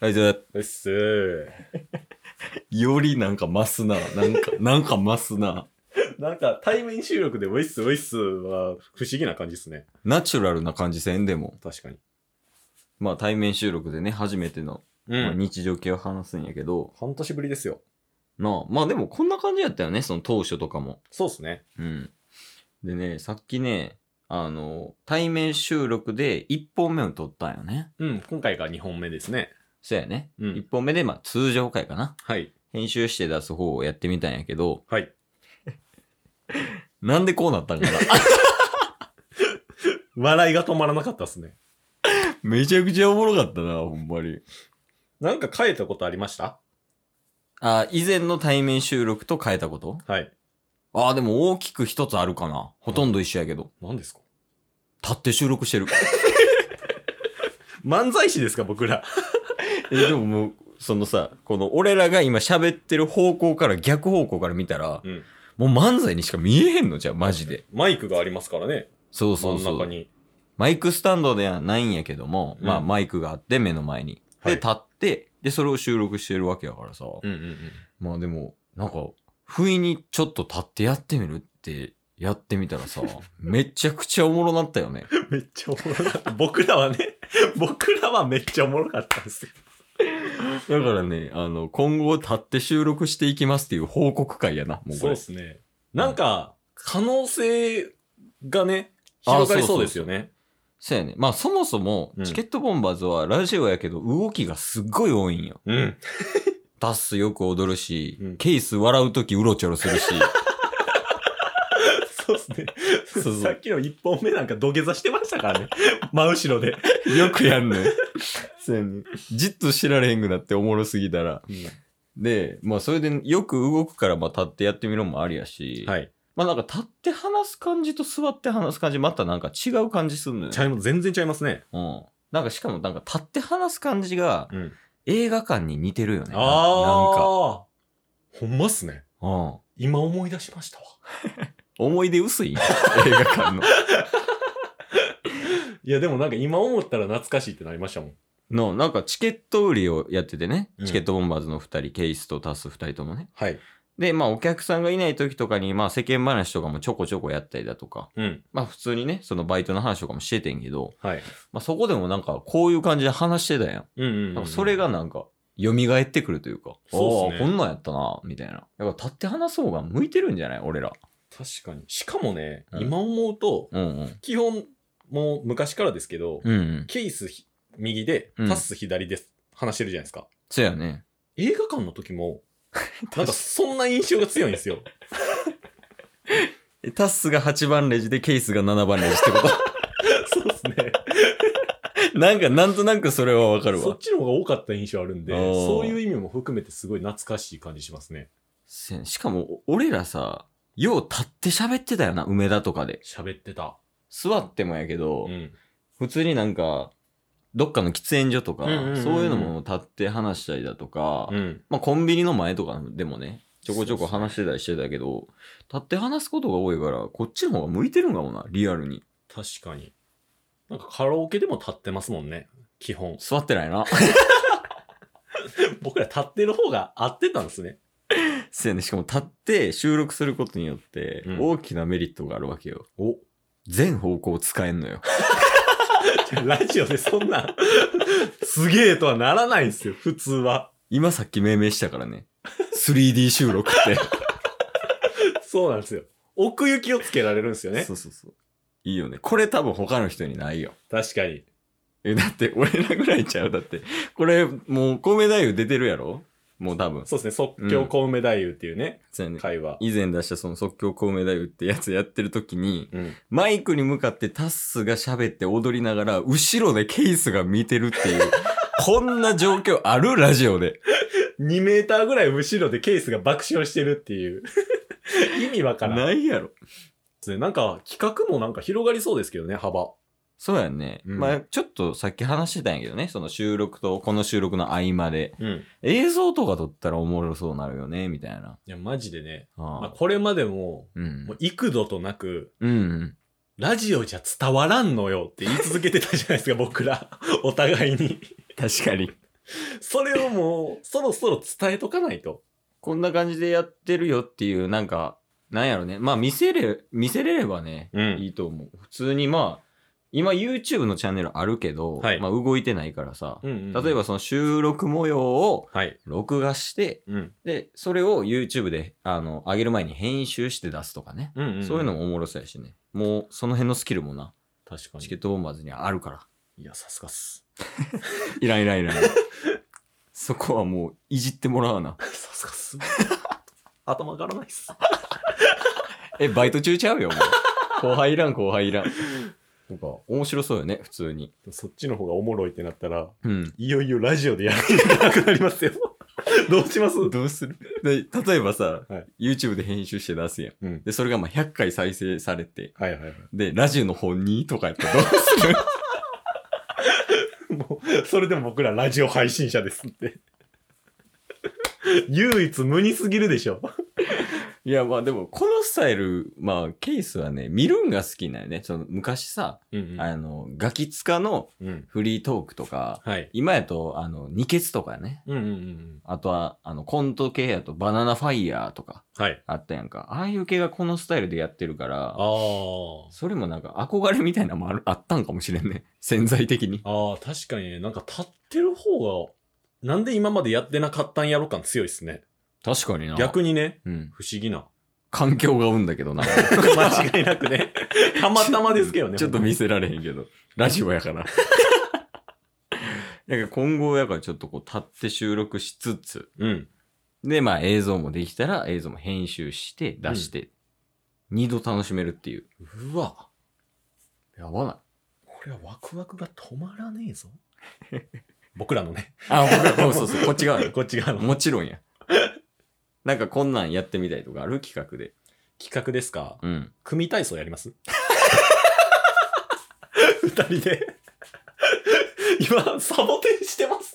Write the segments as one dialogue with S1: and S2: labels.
S1: はい、じゃあ、
S2: うっすー。
S1: よりなんか増すな。なんか、 なんか増すな。
S2: なんか、対面収録でウィッスウィッスは不思議な感じですね。
S1: ナチュラルな感じせんでも。
S2: 確かに。
S1: まあ対面収録でね、初めての、
S2: う
S1: まあ、日常系を話すんやけど、
S2: 半年ぶりですよ。
S1: なあ、まあでもこんな感じやったよね、その当初とかも。
S2: そうっすね。
S1: うん。でね、さっきね、あの、対面収録で1本目を撮ったんよね。
S2: うん、今回が2本目ですね。
S1: そうやね。
S2: うん
S1: 1本目で、まあ通常回かな。
S2: はい。
S1: 編集して出す方をやってみたんやけど、
S2: はい。
S1: なんでこうなったんか な。
S2: 笑いが止まらなかったっすね。
S1: めちゃくちゃおもろかったな、ほんまに。
S2: なんか変えたことありました
S1: あ、以前の対面収録と変えたこと
S2: はい。
S1: ああ、でも大きく一つあるかな。ほとんど一緒やけど。
S2: 何ですか
S1: 立って収録してる。
S2: 漫才師ですか、僕ら。
S1: え、でももう、そのさ、この俺らが今喋ってる方向から逆方向から見たら、
S2: うん。
S1: もう漫才にしか見えへんのじゃん、マジで。
S2: マイクがありますからね。
S1: そうそう
S2: 真
S1: んそ
S2: 中
S1: う。
S2: に。
S1: マイクスタンドではないんやけども、
S2: うん
S1: まあマイクがあって目の前に。
S2: はい
S1: で、立って、で、それを収録してるわけやからさ。
S2: うんうんうん。
S1: まあでも、なんか、不意にちょっと立ってやってみるって、やってみた らさ、めちゃくちゃおもろなったよね。
S2: めっちゃおもろかった。僕らはね、僕らはめっちゃおもろかったんですよ。
S1: だからね、あの、今後立って収録していきますっていう報告会やな、もうこ
S2: そう
S1: れ
S2: で。すね。なんか、可能性がね、広がりそうですよね。
S1: そうやね。まあそもそも
S2: う、ん
S1: チケットボンバーズはラジオやけど動きがすっごい多いんよ。
S2: うん。
S1: ダッスよく踊るし、
S2: うん
S1: ケース笑うときうろちょろ するし。
S2: そうですね。
S1: そうそう
S2: さっきの1本目なんか土下座してましたからね。 真後ろで。
S1: よくやんねん。 そうやね。じっと知られへんくなっておもろすぎたら。で、まあそれでよく動くから、まあ立ってやってみろもありやし。
S2: はい。
S1: まあなんか立って話す感じと座って話す感じ、またなんか違う感じすんのよ
S2: ち。ゃいます全然ちゃいますね。
S1: うん。なんかしかもなんか立って話す感じが
S2: うん。
S1: 映画館に似てるよね。ななんか。
S2: あー。ほんまっすね。
S1: うん。
S2: 今思い出しましたわ。
S1: 思い出薄 い映画館の。
S2: いや、でもなんか今思ったら懐かしいってなりましたもん。
S1: の、なんかチケット売りをやっててね、
S2: うん
S1: チケットボンバーズの2人、ケイスとタス2人ともね。
S2: はい。
S1: で、まあお客さんがいない時とかに、まあ世間話とかもちょこちょこやったりだとか、
S2: うん。
S1: まあ普通にね、そのバイトの話とかもしててんけど、
S2: はい。
S1: まあそこでもなんかこういう感じで話してたやん。
S2: うんうん、
S1: なんかそれが、なんか、蘇ってくるというか、
S2: そうっすね
S1: ああこんなんやったな、みたいな。だから立って話す方が向いてるんじゃない俺ら。
S2: 確かに。しかもね、
S1: うん
S2: 今思うと、
S1: うんうん。
S2: 基本、もう昔からですけど、
S1: うんうん。
S2: ケースひ右で、
S1: うん
S2: タッス左で話してるじゃないですか。
S1: そうやね。
S2: 映画館の時も、なんかそんな印象が強いんですよ。
S1: えタスが8番レジでケイスが7番レジってこ
S2: そうですね。
S1: となんか、なんとなくそれはわかる
S2: そっ
S1: わ。
S2: ちの方が多かった印象あるんで、
S1: あー
S2: そういう意味も含めてすごい懐かしい感じしますね。
S1: せしかも、お俺らさ、よう立って喋ってたよな、梅田とかで。
S2: 喋ってた。
S1: 座ってもやけど、
S2: うん。
S1: 普通になんか、どっかの喫煙所とか、
S2: うんうんうんうん
S1: そういうのも立って話したりだとか、
S2: うん。
S1: まあ、コンビニの前とかでもね、ちょこちょこ話してたりしてたけど、立って話すことが多いから、こっちの方が向いてるんかもな、リアルに。
S2: 確かに。なんかカラオケでも立ってますもんね。基本。
S1: 座って ないな。
S2: 僕ら立ってる方が合ってたんですね。
S1: せやね、しかも立って収録することによって
S2: う、ん
S1: 大きなメリットがあるわけよ。
S2: お
S1: 全方向使えんのよ。
S2: ラジオでそんな、すげえとはならないんですよ、普通は。
S1: 今さっき命名したからね。3D 収録って。
S2: そうなんですよ。奥行きをつけられるんですよね
S1: そ。うそうそう。いいよね。これ多分他の人にないよ。
S2: 確かに。
S1: え、だって俺らぐらいちゃう。だって、これもう米太夫出てるやろもう多分。
S2: そうですね、即興小梅太夫っていうね、
S1: そうやね。
S2: 会話。
S1: 以前出したその即興コウメ太夫ってやつやってる時に、
S2: うん。
S1: マイクに向かってタッスが喋って踊りながら、後ろでケースが見てるっていう、こんな状況あるラジオで。
S2: 2メーターぐらい後ろでケースが爆笑してるっていう。 意味わからん。
S1: ないやろ。
S2: ね、なんか、企画もなんか広がりそうですけどね、幅。
S1: そうやね。
S2: うん
S1: まあちょっとさっき話してたんやけどね、その収録と、この収録の合間で、
S2: うん。い
S1: 映像とか撮ったらおもろそうなるよね、みたいな。
S2: や、マジでね。まあ、
S1: ああ
S2: これまでも、
S1: うん
S2: もう幾度となく、
S1: うん。
S2: ラジオじ ゃ伝わらんのよって言い続けてたじゃないですか、僕ら。お互いに。
S1: 確かに。
S2: それをもう、そろそろ伝えとかないと。
S1: こんな感じでやってるよっていう、なんか、なんやろね。まあ見せれ、見せれればね、
S2: うん
S1: いいと思う。普通にまあ、今 YouTube のチャンネルあるけど、
S2: はい
S1: まあ動いてないからさ、例
S2: 例
S1: え、ばその収録模様を
S2: はい。
S1: 録画して、
S2: うん。
S1: で、それを YouTube で、あの、上げる前に編集して出すとかね。
S2: うんんん
S1: そういうのもおもろそうやしね。もう、その辺のスキルもな、
S2: 確かに
S1: チケットボンバーズにはあるから。
S2: いやさすがっす
S1: いらんいらんいらん。そこはもう、いじってもらわな。
S2: さすがっす頭上がらないっす
S1: え、バイト中ちゃうよ、も う。後輩いらん、後輩いらん。なんか、面白そうよね、普通に。
S2: そっちの方がおもろいってなったら
S1: うん。
S2: いよいよラジオでやらなきゃいけなくなりますよどうします
S1: どうするで例えばさ、
S2: はい
S1: YouTube で編集して出すやん。
S2: うん
S1: で、それがまあ100回再生されて、
S2: はいはいは
S1: で、ラジオの本にとかやったらどうする
S2: いもうそれでも僕らラジオ配信者ですって唯一無二すぎるでしょ
S1: いや、まあでも、このスタイル、まあ、ケースはね、見るんが好きなんよね。その昔さ、
S2: うん
S1: あの、ガキツカの
S2: うん
S1: フリートークとか、
S2: はい
S1: 今やと、あの、二ケツとかね。
S2: うんうんうん
S1: あとは、あの、コント系やと、バナナファイヤーとか、
S2: はい
S1: あったやんか。ああいう系がこのスタイルでやってるから
S2: あ、ー
S1: それもなんか憧れみたいなのもあるあったんかもしれんね。 潜在的に。
S2: あー確かにねなんか立ってる方がなんで今までやってなかったんやろ感強いっすね
S1: 確かにな。
S2: 逆にね
S1: うん。
S2: 不思議な
S1: 環境が生んだけどな。
S2: 間違いなくね たまたまですけ どね
S1: ちょっと見せられへんけど。ラジオやから。 なんか今後やからちょっとこう立って収録しつつ、
S2: うん。
S1: で、まあ映像もできたら映像も編集して出して、二度楽しめるっていう。
S2: うわ、
S1: やばない。
S2: これはワクワクが止まらねえぞ。 僕らのね、
S1: あ、僕ら、そうそうそう、こっち側よ
S2: こっち側の
S1: もちろんや。なんかこんなんやってみたいとかある企画で。
S2: 企画ですか。
S1: うん。
S2: 組体操やります 二人で。今、サボテンしてます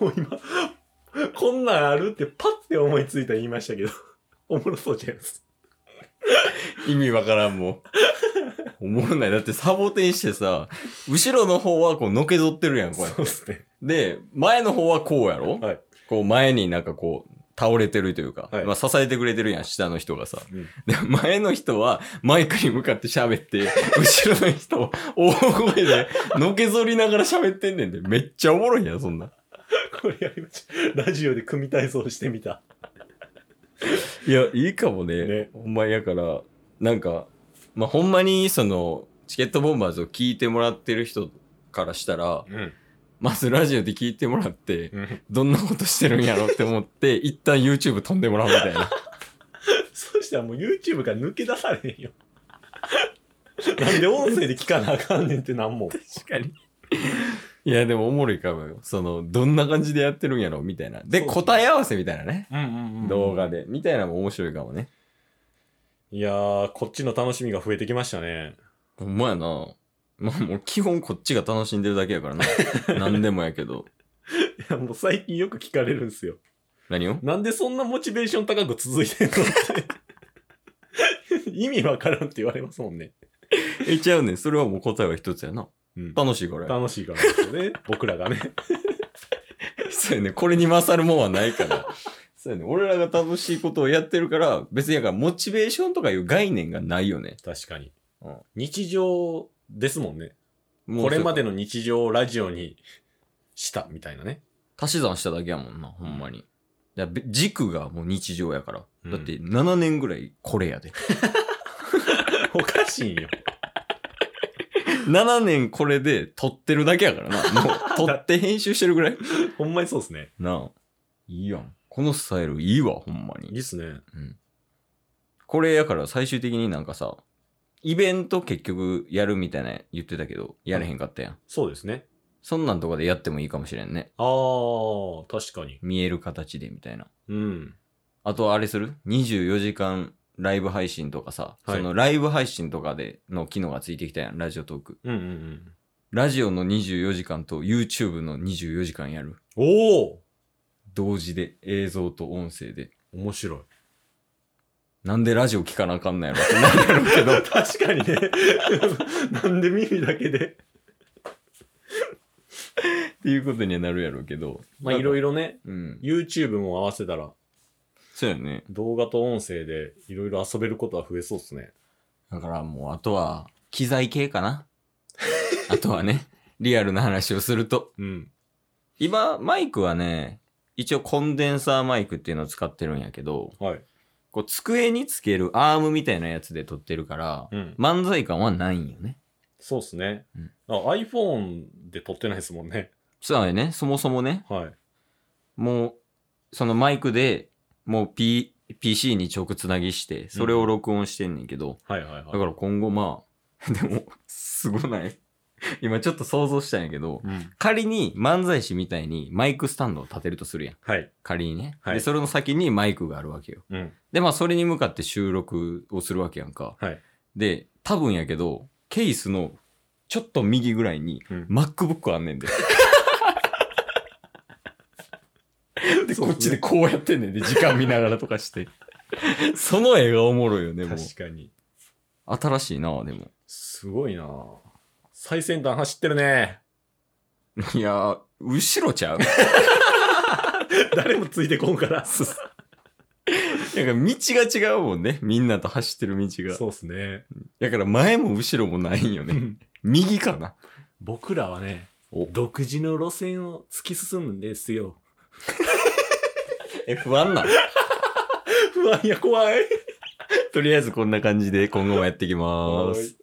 S2: もう今、こんなんあるってパッて思いついたら言いましたけど、おもろそうじゃないです
S1: 意味わからんもん。おもろない。だってサボテンしてさ、後ろの方はこうのけぞってるやん、これ
S2: そう。ですね。
S1: で、前の方はこうやろ、
S2: はい
S1: こう前になんかこう、倒れてるというか、
S2: はい
S1: まあ支えてくれてるやん、下の人がさ。
S2: うん
S1: で、前の人はマイクに向かって喋って、後ろの人を大声でのけぞりながら喋ってんねんで、めっちゃおもろいやん、そんなん。
S2: これやりました。ラジオで組体操してみた。
S1: いや、いいかもね。
S2: ね
S1: ほんまやから、なんか、まあ、ほんまに、その、チケットボンバーズを聞いてもらってる人からしたら、
S2: うん。
S1: まずラジオで聞いてもらって、
S2: うん
S1: どんなことしてるんやろって思って、一旦 YouTube 飛んでもらうみたいな。
S2: そしたらもう YouTube から抜け出されへんよ。なんで音声で聞かなあかんねんってなんも。
S1: 確かに。いや、でもおもろいかもよ。その、どんな感じでやってるんやろみたいな。で、
S2: そう
S1: 答え合わせみたいなね。
S2: うんうん
S1: 動画。で。みたいなのも面白いかもね。
S2: いやー、こっちの楽しみが増えてきましたね。
S1: ほんまやな。まあ、もう基本こっちが楽しんでるだけやから な。何でもやけど。
S2: いや、もう最近よく聞かれるんですよ。
S1: 何を
S2: なんでそんなモチベーション高く続いてんのって。意味わからんって言われますもんね。
S1: え、ちゃうねんそれはもう答えは一つやな。
S2: うん
S1: 楽しいからや。
S2: 楽しいからですよね。僕らがね。
S1: そうやね。これに勝るもんはないから。そうやね。俺らが楽しいことをやってるから、別にやから、モチベーションとかいう概念がないよね。
S2: 確かに
S1: うん。
S2: 日常ですもんね。
S1: もう
S2: これま
S1: で。
S2: での日常をラジオにしたみたいなね。
S1: 足し算しただけやもんな、ほんまに。だからべ軸がもう日常やから。
S2: うん
S1: だって7年ぐらいこれやで。
S2: おかしいんよ。
S1: 7年これで撮ってるだけやからな。 もう撮って編集してるぐらい。
S2: ほんまにそうですね。
S1: なあ。いいやん。このスタイルいいわ、ほんまに
S2: い。いっすね。
S1: これやから最終的になんかさ、イベント結局やるみたいな言ってたけど、やれへんかったやん。
S2: そうですね。
S1: そんなんとかでやってもいいかもしれんね。
S2: あー、確かに。
S1: 見える形でみたいな。
S2: うん。
S1: あとあれする ?24 時間ライブ配信とかさ、
S2: はい
S1: そのライブ配信とかでの機能がついてきたやん、ラジオトーク。
S2: うんうん
S1: ラジオの24時間と YouTube の24時間やる。
S2: うん。おー
S1: 同時で映像と音声で。
S2: 面白 い。
S1: なんでラジオ聞かなあかん ないやろってなるやろうけど。
S2: 確かにね。なんで耳だけで。
S1: っていうことにはなるやろうけど。
S2: まあいろい
S1: ろ。
S2: ろね、
S1: うん。
S2: YouTube も合わせたら、
S1: そうやね。
S2: 動画と音声でいろいろ遊べることは増えそうっすね。
S1: だからもう、あとは、機材系かな。 あとはね、リアルな話をすると。
S2: うん。
S1: 今、マイクはね、一応コンデンサーマイクっていうのを使ってるんやけど、
S2: はい。
S1: こう机につけるアームみたいなやつで撮ってるから、
S2: うん。
S1: 漫才感はないんよね。
S2: そうっすね。
S1: うん
S2: あ iPhone で撮ってないですもんね。
S1: そうやね、そもそもね、
S2: はい。
S1: もう、そのマイクでもう、P、PC に直つなぎして、それを録音してんねんけど、
S2: はいはい
S1: だ
S2: は
S1: から今後まあ、 でも、すごない。今ちょっと想像したんやけど、
S2: い。うん。
S1: 仮に漫才師みたいにマイクスタンドを立てるとするやん。
S2: はい。
S1: 仮にね。
S2: はい
S1: で、それの先にマイクがあるわけよ。
S2: うん。
S1: で、まあ、それに向かって収録をするわけやんか。
S2: はい。
S1: で、多分やけど、ケースのちょっと右ぐらいに、
S2: うん
S1: MacBook あんねんで。 で、
S2: そう
S1: こ
S2: ね
S1: っちでこうやってんねんで、時間見ながらとかして。 その絵がおもろいよね、も
S2: 確かに。
S1: う。新しいな、でも。
S2: すごいな最先端走ってるね。
S1: いやー、後ろちゃう
S2: 誰もついてこんから。そ
S1: なんか道が違うもんね、みんなと走ってる道が。
S2: うっすね。
S1: だから前も後ろもないんよね。右かな。
S2: 僕らはね、
S1: お
S2: 独自の路線を突き進むんですよ。
S1: え、不安なの
S2: 不安や怖い。
S1: とりあえずこんな感じで今後もやっていきます。